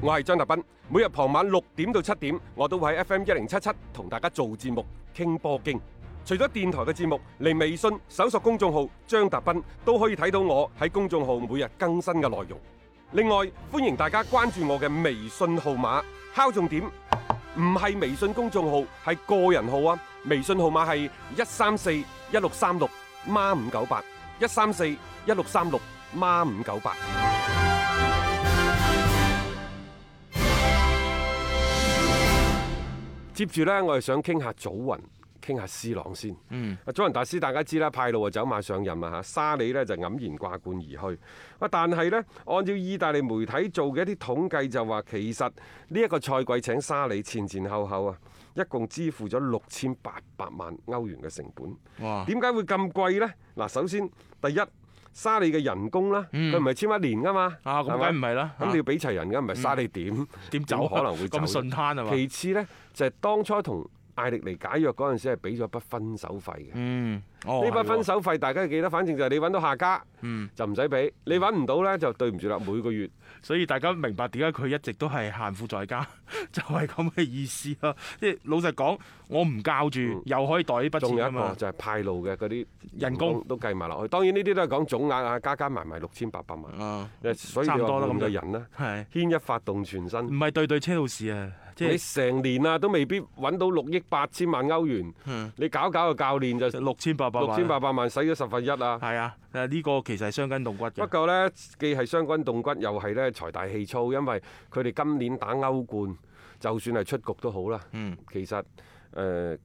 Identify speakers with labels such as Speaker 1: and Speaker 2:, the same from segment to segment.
Speaker 1: 我係張達斌，每日傍晚六點到七點，我都會喺 FM 一零七七同大家做節目傾波經。除咗電台嘅節目，嚟微信搜索公眾號張達斌都可以睇到我喺公眾號每日更新嘅內容。另外，歡迎大家關注我嘅微信號碼，敲重點，唔係微信公眾號，係個人號啊！微信號碼係一三四一六三六孖五九八一三四一六三六孖五九八。接住呢，我係想傾下祖雲，傾下 C 朗先。
Speaker 2: 嗯，
Speaker 1: 啊，祖雲達斯大家知啦，派路啊走馬上任啊嚇，沙里呢就黯然掛冠而去。啊，但係呢，按照意大利媒體做嘅一啲統計就話，其實呢一個賽季請沙里前前後後啊，一共支付咗六千八百萬歐元嘅成本。
Speaker 2: 哇，
Speaker 1: 點解會咁貴呢？嗱，首先第一，沙利嘅人工啦，
Speaker 2: 嗯
Speaker 1: 佢唔係簽一年噶嘛，
Speaker 2: 啊咁
Speaker 1: 係
Speaker 2: 梗
Speaker 1: 咪
Speaker 2: 唔係啦，
Speaker 1: 咁你要俾齊人噶，唔係沙利點
Speaker 2: 點走啊
Speaker 1: 可能會走
Speaker 2: 咁順攤啊嘛？
Speaker 1: 其次呢，就係、當初同艾力尼解約嗰陣時係俾咗一筆分手費嘅。
Speaker 2: 嗯，哦，
Speaker 1: 呢筆
Speaker 2: 係
Speaker 1: 分
Speaker 2: 喎
Speaker 1: 手費大家記得，反正就係你揾到下家
Speaker 2: 嗯，
Speaker 1: 就唔使俾，你揾唔到呢，就對唔住啦，每個月
Speaker 2: 所以大家明白點解佢一直都係限富在家， 就係咁嘅意思咯。即係老實講，我唔教住，又可以袋呢筆
Speaker 1: 嗯仲
Speaker 2: 錢
Speaker 1: 有
Speaker 2: 啊
Speaker 1: 一個
Speaker 2: 嘛。
Speaker 1: 就係派路嘅嗰啲
Speaker 2: 人工
Speaker 1: 都計埋落去。當然呢啲都係講總額啊，加加埋埋六千八百萬，
Speaker 2: 啊，
Speaker 1: 所以
Speaker 2: 差
Speaker 1: 你
Speaker 2: 唔多
Speaker 1: 話
Speaker 2: 啦
Speaker 1: 換
Speaker 2: 咁
Speaker 1: 個
Speaker 2: 就
Speaker 1: 人呢，
Speaker 2: 係
Speaker 1: 牽一發動全身
Speaker 2: 唔。係對對車路士啊？即
Speaker 1: 你
Speaker 2: 係
Speaker 1: 成年啊都未必揾到六億八千萬歐元，
Speaker 2: 嗯
Speaker 1: 你搞搞個教練就
Speaker 2: 六千八百
Speaker 1: 嗯六
Speaker 2: 萬，啊
Speaker 1: 千八百萬使咗十分一啊！
Speaker 2: 係啊，誒呢個其實係傷筋動骨
Speaker 1: 不
Speaker 2: 嘅。
Speaker 1: 過呢，既係傷筋動骨，又係呢財大氣粗，因為佢哋今年打歐冠，就算係出局都好啦。
Speaker 2: 嗯
Speaker 1: 其實誒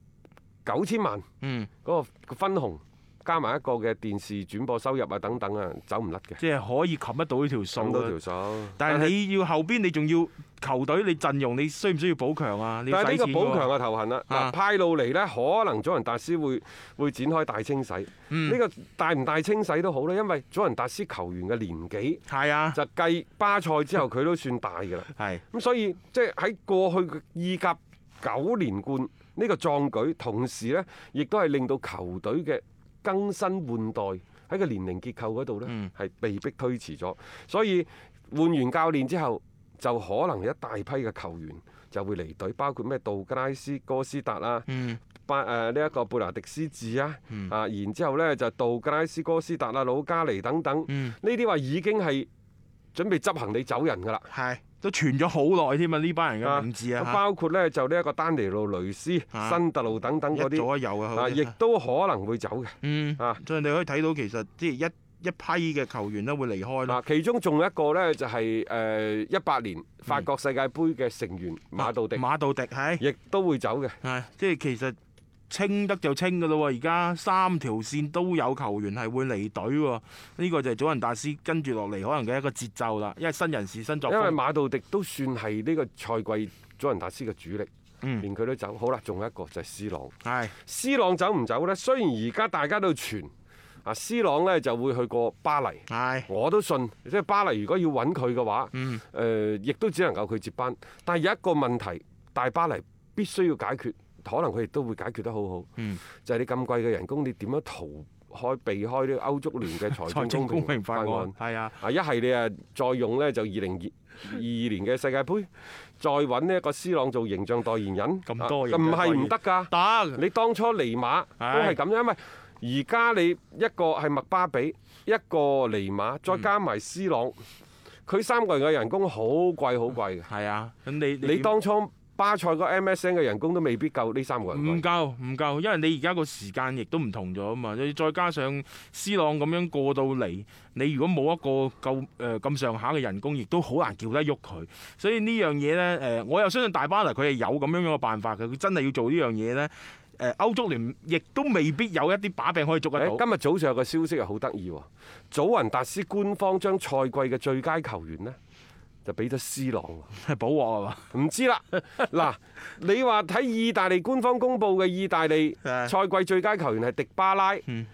Speaker 1: 九千萬
Speaker 2: 嗯，
Speaker 1: 嗰個分紅，加埋一個嘅電視轉播收入啊等等啊，走唔甩嘅，
Speaker 2: 即係可以冚得到呢條數
Speaker 1: 抌到
Speaker 2: 嘅
Speaker 1: 條數。
Speaker 2: 但係你要後邊，你仲要球隊，你陣容你需唔需要補強啊？你要
Speaker 1: 但係呢
Speaker 2: 使
Speaker 1: 個
Speaker 2: 錢
Speaker 1: 補
Speaker 2: 㗎
Speaker 1: 強
Speaker 2: 喎
Speaker 1: 嘅頭痕啦，嗱
Speaker 2: 啊
Speaker 1: 派路嚟呢，可能祖雲達斯會會展開大清洗。
Speaker 2: 嗯
Speaker 1: 呢個大唔大清洗都好啦，因為祖雲達斯球員嘅年紀
Speaker 2: 係啊，
Speaker 1: 就計巴塞之後佢都算大㗎啦。
Speaker 2: 係
Speaker 1: 咁所以即係喺過去嘅意甲九連冠呢個壯舉，同時呢亦都係令到球隊嘅更新換代喺個年齡結構嗰度呢
Speaker 2: 嗯
Speaker 1: 係被逼推遲咗。所以換完教練之後，就可能有一大批嘅球員就會離隊，包括咩杜格拉斯、哥斯達啊。
Speaker 2: 嗯
Speaker 1: 巴誒呢一個貝拿迪斯治啊，
Speaker 2: 嗯
Speaker 1: 啊然之後呢，就杜格拉斯哥斯達啊、魯加尼等等，呢
Speaker 2: 嗯
Speaker 1: 啲話已經係準備執行你走人㗎啦。
Speaker 2: 係都傳咗好耐添啊！呢班人嘅名字
Speaker 1: 咁
Speaker 2: 啊，
Speaker 1: 包括呢，就呢一個丹尼路雷斯、
Speaker 2: 啊
Speaker 1: 新特路等等嗰
Speaker 2: 一
Speaker 1: 啲，
Speaker 2: 左一右啊，
Speaker 1: 啊
Speaker 2: 好
Speaker 1: 亦
Speaker 2: 似
Speaker 1: 都可能會走嘅。
Speaker 2: 嗯
Speaker 1: 啊，
Speaker 2: 所以你可以睇到其實即係一一批嘅球員都會離開啦。
Speaker 1: 嗱，啊其中仲有一個呢，就係誒一八年法國世界盃嘅成員
Speaker 2: 啊
Speaker 1: 馬杜迪，嗯
Speaker 2: 馬杜迪係
Speaker 1: 亦都會走嘅。
Speaker 2: 係即係其實清得就清㗎咯喎！而家三條線都有球員係會離隊喎，呢個就係祖雲達斯跟住落嚟可能嘅一個節奏啦。因為新人事新作
Speaker 1: 因為
Speaker 2: 風，
Speaker 1: 馬杜迪都算係呢個賽季祖雲達斯嘅主力，
Speaker 2: 嗯
Speaker 1: 連佢都走。好啦，仲有一個就係 C 朗。
Speaker 2: 係
Speaker 1: C 朗走唔走呢？雖然而家大家都傳啊，C 朗呢就會去過巴黎，
Speaker 2: 係
Speaker 1: 我都信。即係巴黎如果要揾佢嘅話，
Speaker 2: 嗯
Speaker 1: 誒、亦都只能夠佢接班。但係有一個問題，大巴黎必須要解決，可能佢亦都會解決得好好。
Speaker 2: 嗯
Speaker 1: 就係你咁貴嘅人工，你點樣逃開避開呢個歐足聯嘅財
Speaker 2: 財
Speaker 1: 政
Speaker 2: 政
Speaker 1: 公平
Speaker 2: 公平
Speaker 1: 法
Speaker 2: 法
Speaker 1: 案？
Speaker 2: 案係啊。
Speaker 1: 啊！一係你啊，再用呢就二零二二年嘅世界盃，再揾呢一個 C 朗做形象代言人，
Speaker 2: 咁多
Speaker 1: 啊
Speaker 2: 形象
Speaker 1: 唔
Speaker 2: 代
Speaker 1: 係啊
Speaker 2: 言
Speaker 1: 唔得㗎。
Speaker 2: 得
Speaker 1: 你當初尼馬都係
Speaker 2: 唉
Speaker 1: 咁樣，因為而家你一個係麥巴比，一個尼馬，再加埋 C 朗，佢三個人嘅人工好貴好貴嘅。
Speaker 2: 係啊，咁你
Speaker 1: 你當初巴塞個 MSN 嘅人工都未必夠呢三個人貴。
Speaker 2: 唔夠唔夠，因為你而家個時間亦都唔同咗啊嘛，你再加上 C 朗咁樣過到嚟，你如果冇一個夠誒咁上下嘅人工，亦都好難叫得喐佢。所以呢樣嘢呢，誒、呃我又相信大巴黎佢係有咁樣樣嘅辦法嘅，佢真係要做呢樣嘢呢，誒、呃歐足聯亦都未必有一啲把柄可以捉得到
Speaker 1: 誒。今日早上有個消息又好得意喎，祖雲達斯官方將賽季嘅最佳球員呢，就俾咗 C 朗喎。
Speaker 2: 係保鑊係啊嘛？
Speaker 1: 唔知啦，嗱，你話睇意大利官方公佈嘅意大利
Speaker 2: 係
Speaker 1: 賽季最佳球員係迪巴拉，咁
Speaker 2: 嗯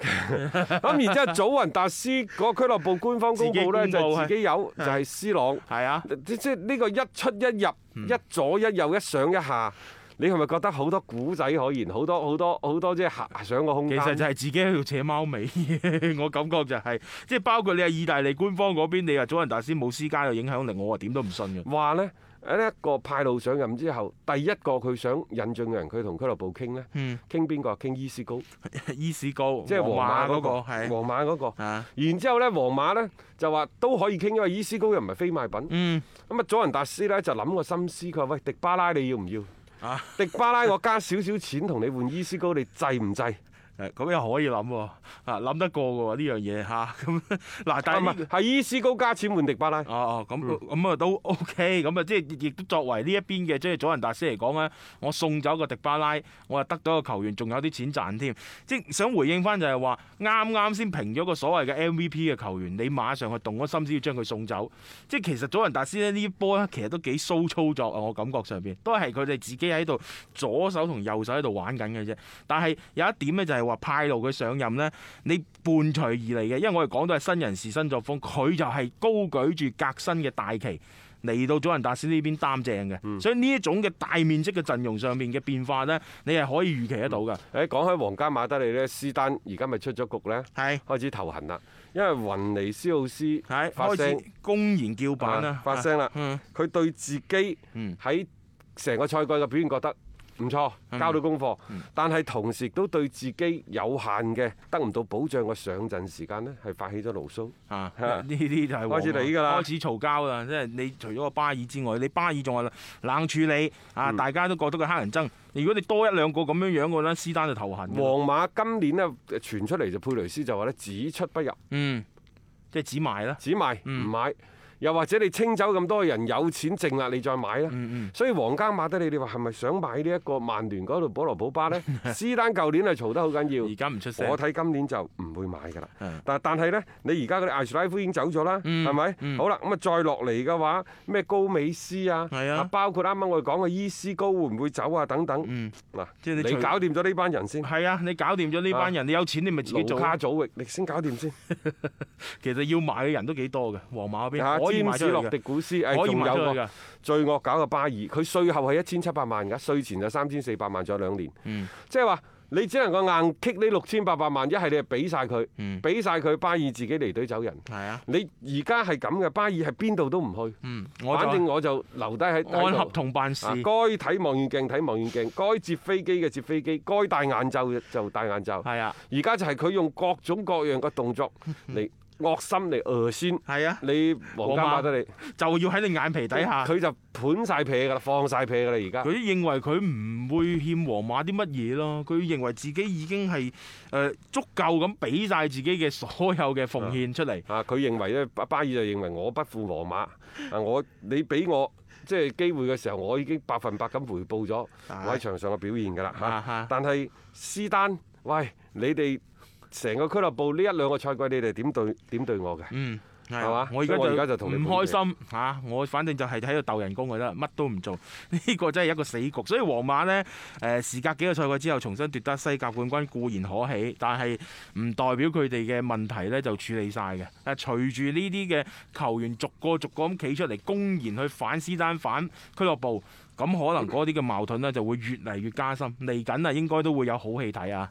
Speaker 1: 然之後祖雲達斯嗰個俱樂部官方公佈呢，
Speaker 2: 自己公
Speaker 1: 就
Speaker 2: 佈啊
Speaker 1: 自己有就係 C 朗，
Speaker 2: 係啊，嗯
Speaker 1: 即即係呢個一出一入、一左一右、一上一下，你係咪覺得好多古仔可言，好多好多好多即係遐想嘅空
Speaker 2: 其
Speaker 1: 間？
Speaker 2: 實就係自己喺度扯貓尾， 我感覺就係、即係包括你係意大利官方嗰邊，你話祖雲達斯冇私家有影響力，我啊點都唔信嘅。
Speaker 1: 話呢，一個派路上任之後，第一個佢想引進嘅人，佢同俱樂部傾呢，
Speaker 2: 嗯，
Speaker 1: 傾邊個啊？傾伊斯高，
Speaker 2: 伊士高
Speaker 1: 即係
Speaker 2: 皇
Speaker 1: 皇馬嗰個
Speaker 2: 嗰個係
Speaker 1: 皇馬嗰個。
Speaker 2: 啊，
Speaker 1: 然之後呢，皇馬呢就話都可以傾，因為伊斯高又唔係非賣品。
Speaker 2: 嗯
Speaker 1: 咁啊，佐仁達斯呢就諗個心思，佢話：喂，迪巴拉你要唔要？
Speaker 2: 啊，
Speaker 1: 迪巴拉我加少少錢同你換伊斯高，你制唔制？
Speaker 2: 誒咁又可以諗喎，啊諗得過喎呢樣嘢嚇咁嗱，
Speaker 1: 啊
Speaker 2: 但
Speaker 1: 唔
Speaker 2: 係呢
Speaker 1: 係，係伊斯高加錢換迪巴拉。
Speaker 2: 哦哦，咁咁啊都 OK，咁啊即係亦都作為呢一邊嘅即係佐仁達斯嚟講咧，我送走個迪巴拉，我又啊得到個球員，仲有啲錢賺添。即係想回應翻就係話，啱啱先評咗個所謂嘅 MVP 嘅球員，你馬上去動咗心思要將佢送走。即係其實佐仁達斯咧呢一波咧，其實都幾騷操作啊！我感覺上邊都係佢哋自己喺度左手同右手喺度玩緊嘅啫。但係有一點咧就係話派路佢上任咧。你伴隨而嚟嘅，因為我哋講到係新人事新作風，佢就係高舉住革新嘅大旗嚟到祖雲達斯呢邊擔正嘅，
Speaker 1: 嗯
Speaker 2: 所以呢一種嘅大面積嘅陣容上面嘅變化呢，你係可以預期得到嘅。
Speaker 1: 誒講開皇家馬德里呢，斯丹而家咪出咗局呢，
Speaker 2: 係
Speaker 1: 開始頭痕啦，因為雲尼斯奧斯
Speaker 2: 係
Speaker 1: 發
Speaker 2: 開
Speaker 1: 聲
Speaker 2: 始公然叫板啦
Speaker 1: 啊，發聲啦，
Speaker 2: 嗯
Speaker 1: 佢對自己
Speaker 2: 嗯
Speaker 1: 喺成個賽季嘅表現覺得唔錯，
Speaker 2: 嗯
Speaker 1: 交到功課，但係同時亦都對自己有限嘅得唔到保障嘅上陣時間呢，係發起咗牢騷。
Speaker 2: 啊！
Speaker 1: 嚇
Speaker 2: 呢啲就係
Speaker 1: 嗯開始
Speaker 2: 黃
Speaker 1: 嚟㗎啦
Speaker 2: 開始嘈交啦，即係你除咗個巴爾之外，你巴爾仲係冷處理啊，
Speaker 1: 嗯
Speaker 2: 大家都覺得佢黑人憎。如果你多一兩個咁樣樣嘅咧，斯丹就頭痕㗎啦。
Speaker 1: 皇馬今年呢，傳出嚟就佩雷斯就話呢，只出不入，
Speaker 2: 嗯，即係只賣啦。
Speaker 1: 只賣唔
Speaker 2: 嗯
Speaker 1: 買，又或者你清走咁多人有錢剩啦，你再買啦。
Speaker 2: 嗯嗯。
Speaker 1: 所以皇家馬德里，你話係咪想買呢一個曼聯嗰度保羅普巴 呢？斯丹舊年係嘈得好緊要
Speaker 2: 而。家唔出聲
Speaker 1: 我。睇今年就唔會買㗎啦
Speaker 2: 嗯。
Speaker 1: 但但係呢，你而家嗰啲艾樹拉夫已經走咗啦，
Speaker 2: 嗯
Speaker 1: 係咪？
Speaker 2: 嗯
Speaker 1: 好啦，咁啊再落嚟嘅話，咩高美斯啊，
Speaker 2: 係啊
Speaker 1: 包括啱啱我哋講嘅伊斯高會唔會走啊等等。
Speaker 2: 嗯，
Speaker 1: 嗱，
Speaker 2: 即係
Speaker 1: 你
Speaker 2: 你除
Speaker 1: 搞掂咗呢班人先，
Speaker 2: 係啊，你搞掂咗呢班人，你有錢你咪自己
Speaker 1: 盧
Speaker 2: 做。
Speaker 1: 卡祖域你先搞掂先。
Speaker 2: 其實要買嘅人都幾多嘅，皇馬嗰
Speaker 1: 啊
Speaker 2: 邊可以
Speaker 1: 詹
Speaker 2: 買出
Speaker 1: 士
Speaker 2: 去
Speaker 1: 洛
Speaker 2: 嘅，
Speaker 1: 迪古斯，誒
Speaker 2: 可以
Speaker 1: 仲
Speaker 2: 買出
Speaker 1: 有
Speaker 2: 去
Speaker 1: 個
Speaker 2: 嘅。
Speaker 1: 最惡搞嘅巴爾，佢税後係一千七百萬㗎，税前就三千四百萬，仲有兩年。
Speaker 2: 嗯
Speaker 1: 即係話你只能夠硬棘呢六千八百萬，一係你就俾晒佢，
Speaker 2: 嗯，
Speaker 1: 俾晒佢，巴爾自己離隊走人。
Speaker 2: 係啊，
Speaker 1: 你而家係咁嘅，巴爾係邊度都唔去，
Speaker 2: 嗯，我
Speaker 1: 反正
Speaker 2: 就
Speaker 1: 我就留低喺喺
Speaker 2: 按
Speaker 1: 度
Speaker 2: 合同辦事
Speaker 1: 啊。該睇望遠鏡睇望遠鏡，該接飛機嘅接飛機，該戴眼罩嘅就戴眼罩。
Speaker 2: 係啊，
Speaker 1: 而家就係佢用各種各樣嘅動 作嚟惡心嚟呃先
Speaker 2: 係啊，
Speaker 1: 你皇家馬德里，
Speaker 2: 就要喺你眼皮底下。
Speaker 1: 佢就盤晒屁㗎啦，放晒屁㗎啦而家
Speaker 2: 佢。認為佢唔會欠皇馬啲乜嘢咯，佢認為自己已經係誒、呃足夠咁俾晒自己嘅所有嘅奉獻出嚟。
Speaker 1: 啊！佢認為咧，巴巴爾就認為我不負皇馬啊！我你俾我即係機會嘅時候，我已經百分百咁回報咗我喺場上嘅表現㗎啦
Speaker 2: 啊
Speaker 1: 嚇
Speaker 2: 哈。
Speaker 1: 但係斯丹，喂，你哋成個俱樂部呢一兩個賽季，你哋點對點對我嘅？
Speaker 2: 嗯，係
Speaker 1: 係嘛
Speaker 2: 我而家
Speaker 1: 所以我而家就
Speaker 2: 就
Speaker 1: 同你
Speaker 2: 唔
Speaker 1: 判
Speaker 2: 開心嚇、啊我反正就係喺度鬥人工嘅啦，乜都唔做，呢、個真係一個死局。所以皇馬呢，誒、時隔幾個賽季之後重新奪得西甲冠軍固然可喜，但係唔代表佢哋嘅問題呢就處理晒嘅。誒，隨住呢啲嘅球員逐個逐個咁企出嚟，公然去反斯丹反俱樂部，咁可能嗰啲嘅矛盾呢就會越嚟越加深。嚟緊啊，應該都會有好戲睇啊！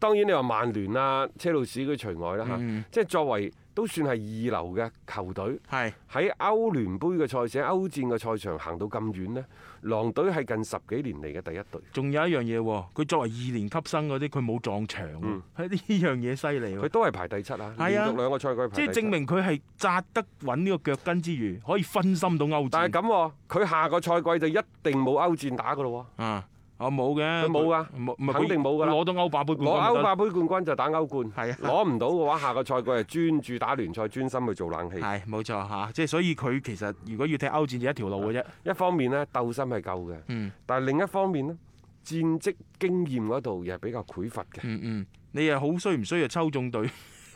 Speaker 1: 當然你話曼聯啊、車路士嗰啲除外啦嚇，即係作為都算係二流嘅球隊。
Speaker 2: 係
Speaker 1: 喺歐聯杯嘅賽事、歐戰嘅賽場行到咁遠呢，狼隊係近十幾年嚟嘅第一隊。
Speaker 2: 仲有一樣嘢喎，佢作為二年級生嗰啲，佢冇撞牆喎，呢、樣嘢犀利
Speaker 1: 佢
Speaker 2: 喎。
Speaker 1: 都係排第七啊，
Speaker 2: 係啊
Speaker 1: 連續兩個賽季排
Speaker 2: 即
Speaker 1: 第
Speaker 2: 係
Speaker 1: 七。
Speaker 2: 證明佢係扎得穩呢個腳跟之餘，可以分心到歐
Speaker 1: 但係
Speaker 2: 戰。
Speaker 1: 咁喎，佢下個賽季就一定冇歐戰打噶咯
Speaker 2: 啊，我冇嘅，
Speaker 1: 佢冇㗎
Speaker 2: 冇唔係佢
Speaker 1: 肯定冇㗎啦
Speaker 2: 攞到歐霸杯
Speaker 1: 喎，攞
Speaker 2: 冠軍咪
Speaker 1: 歐
Speaker 2: 得
Speaker 1: 霸杯冠軍就打歐冠，
Speaker 2: 係啊
Speaker 1: 攞唔到嘅話，下個賽季係專注打聯賽，專心去做冷氣。
Speaker 2: 係冇錯嚇，啊即係所以佢其實如果要踢歐戰就一條路嘅啫，
Speaker 1: 一方面呢，鬥心係夠嘅，
Speaker 2: 嗯
Speaker 1: 但係另一方面呢，戰績經驗嗰度又係比較匱乏嘅。
Speaker 2: 嗯嗯，你又好衰唔衰啊？抽中隊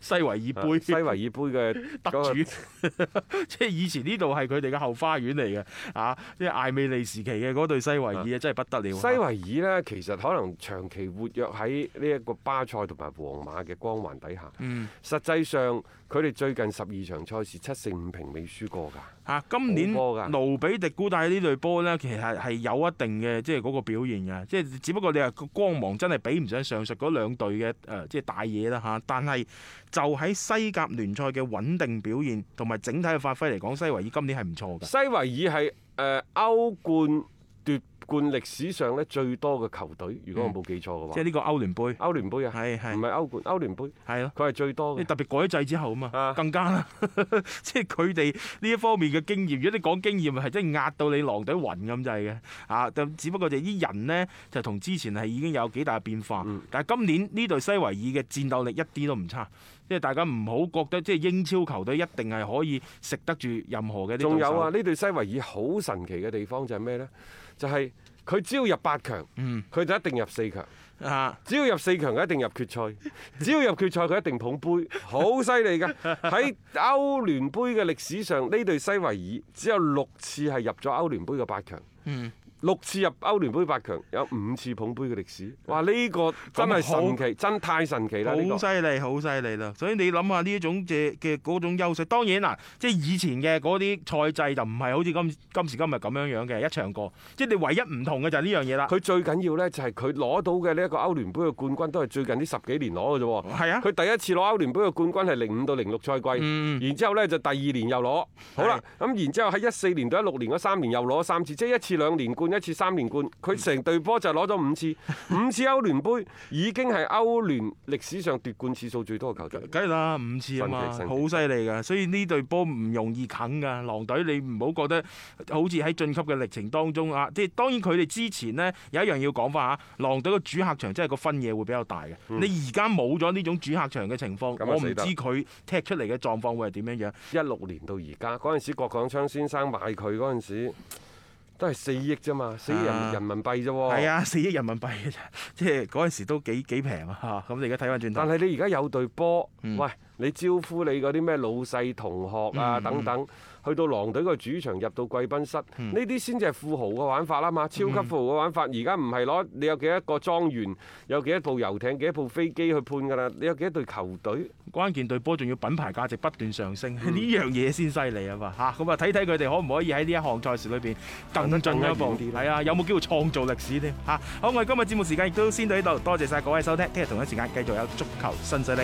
Speaker 2: 西維爾杯
Speaker 1: 啊西維爾杯嘅
Speaker 2: 得
Speaker 1: 嗰個
Speaker 2: 主， 即係以前呢度係佢哋嘅後花園嚟嘅啊！即係艾美利時期嘅嗰隊西維爾啊，真係不得了。
Speaker 1: 西維爾呢，其實可能長期活躍喺呢一個巴塞同埋皇馬嘅光環底下。
Speaker 2: 嗯
Speaker 1: 實際上，佢哋最近十二場賽事七勝五平未輸過㗎。
Speaker 2: 啊，今年
Speaker 1: 好波㗎
Speaker 2: 盧比迪古帶呢隊波呢，其實係有一定嘅即係嗰個表現嘅，即係只不過你話個光芒真係比唔上上述嗰兩隊嘅誒即係大嘢啦嚇。但係就喺西甲聯賽嘅穩定表現同埋整體嘅發揮嚟講，西維爾今年係唔錯㗎。
Speaker 1: 西維爾係誒歐冠奪冠歷史上咧最多嘅球隊，如果我冇記錯嘅話，
Speaker 2: 即係呢個歐聯杯
Speaker 1: 歐聯杯啊，
Speaker 2: 係係
Speaker 1: 唔係歐冠，歐聯杯
Speaker 2: 係咯。
Speaker 1: 佢係最多
Speaker 2: 你
Speaker 1: 嘅。
Speaker 2: 特別改制之後啊嘛
Speaker 1: 啊，
Speaker 2: 更加啦， 即係佢哋呢一方面嘅經驗。如果你講經驗，係真係壓到你狼隊暈咁滯嘅啊！就只不過就啲人呢，就同之前係已經有幾大變化。
Speaker 1: 嗯
Speaker 2: 但係今年呢隊西維爾嘅戰鬥力一啲都唔差，即係大家唔好覺得即係英超球隊一定係可以食得住任何嘅啲
Speaker 1: 仲有啊，
Speaker 2: 對手，
Speaker 1: 呢隊西維爾好神奇嘅地方就係咩呢？就係、佢只要入八強，
Speaker 2: 嗯
Speaker 1: 佢就一定入四強；
Speaker 2: 啊，
Speaker 1: 只要入四強，佢一定入決賽；只要入決賽，佢一定捧杯，好犀利 㗎！喺歐聯杯嘅歷史上，呢隊西維爾只有六次係入咗歐聯杯嘅八強。
Speaker 2: 嗯，
Speaker 1: 六次入歐聯杯八強，有五次捧杯嘅歷史。哇！呢、個真係神奇，真太神奇啦！
Speaker 2: 好
Speaker 1: 呢、個
Speaker 2: 犀利，好犀利啦！所以你諗下呢一種嘅嘅嗰種優勢，當然嗱，即係以前嘅嗰啲賽制就唔係好似今今時今日咁樣樣嘅一場過，即係你唯一唔同嘅就係呢樣嘢啦。
Speaker 1: 佢最緊要呢，就係佢攞到嘅呢一個歐聯杯嘅冠軍，都係最近呢十幾年攞嘅啫喎。
Speaker 2: 係啊，
Speaker 1: 佢第一次攞歐聯杯嘅冠軍係零五到零六賽季，
Speaker 2: 嗯
Speaker 1: 然之後呢就第二年又攞，好啦，咁然之後喺一四年到一六年嗰三年又攞三次，即係一次兩連冠，一次三連冠，佢成隊波就攞咗五 次，五次歐聯杯已經係歐聯歷史上奪冠次數最多嘅球隊。
Speaker 2: 梗係啦，五次啊嘛，
Speaker 1: 神奇神奇
Speaker 2: 好犀利㗎。所以呢隊波唔容易啃㗎，狼隊你唔好覺得好似喺晉級嘅歷程當中啊，即係當然佢哋之前呢，有一樣要講翻嚇，狼隊嘅主客場真係個分野會比較大嘅。你而家冇咗呢種主客場嘅情況，
Speaker 1: 嗯咁啊
Speaker 2: 我唔
Speaker 1: 死得
Speaker 2: 知佢踢出嚟嘅狀況會係點樣樣。
Speaker 1: 一六年到而家嗰陣時，郭廣昌先生買佢嗰陣時，都係四億啫嘛，四億
Speaker 2: 啊
Speaker 1: 人人民幣啫喎。
Speaker 2: 係啊，四億人民幣嘅啫， 即係嗰陣時都幾幾平啊嚇。咁你而家睇翻轉頭，
Speaker 1: 但係你而家有隊波，
Speaker 2: 嗯
Speaker 1: 喂，你招呼你嗰啲咩老細同學啊
Speaker 2: 嗯
Speaker 1: 等等，去到狼隊個主場入到貴賓室，呢啲先至係富豪嘅玩法啦
Speaker 2: 嗯
Speaker 1: 嘛，超級富豪嘅玩法。而家唔係攞你有幾多個莊園，有幾多部遊艇，幾多部飛機去判㗎啦，你有幾多隊球隊？
Speaker 2: 關鍵對波仲要品牌價值不斷上升，呢
Speaker 1: 嗯
Speaker 2: 樣嘢先犀利啊嘛嚇。咁啊，睇睇佢哋可唔可以喺呢一項賽事裏邊更進一
Speaker 1: 行
Speaker 2: 步
Speaker 1: 得更遠啲，啦
Speaker 2: 係啊，有冇機會創造歷史添嚇。好，我哋今日節目時間亦都先到呢度，多謝晒各位收聽，聽日同一時間繼續有足球新勢力。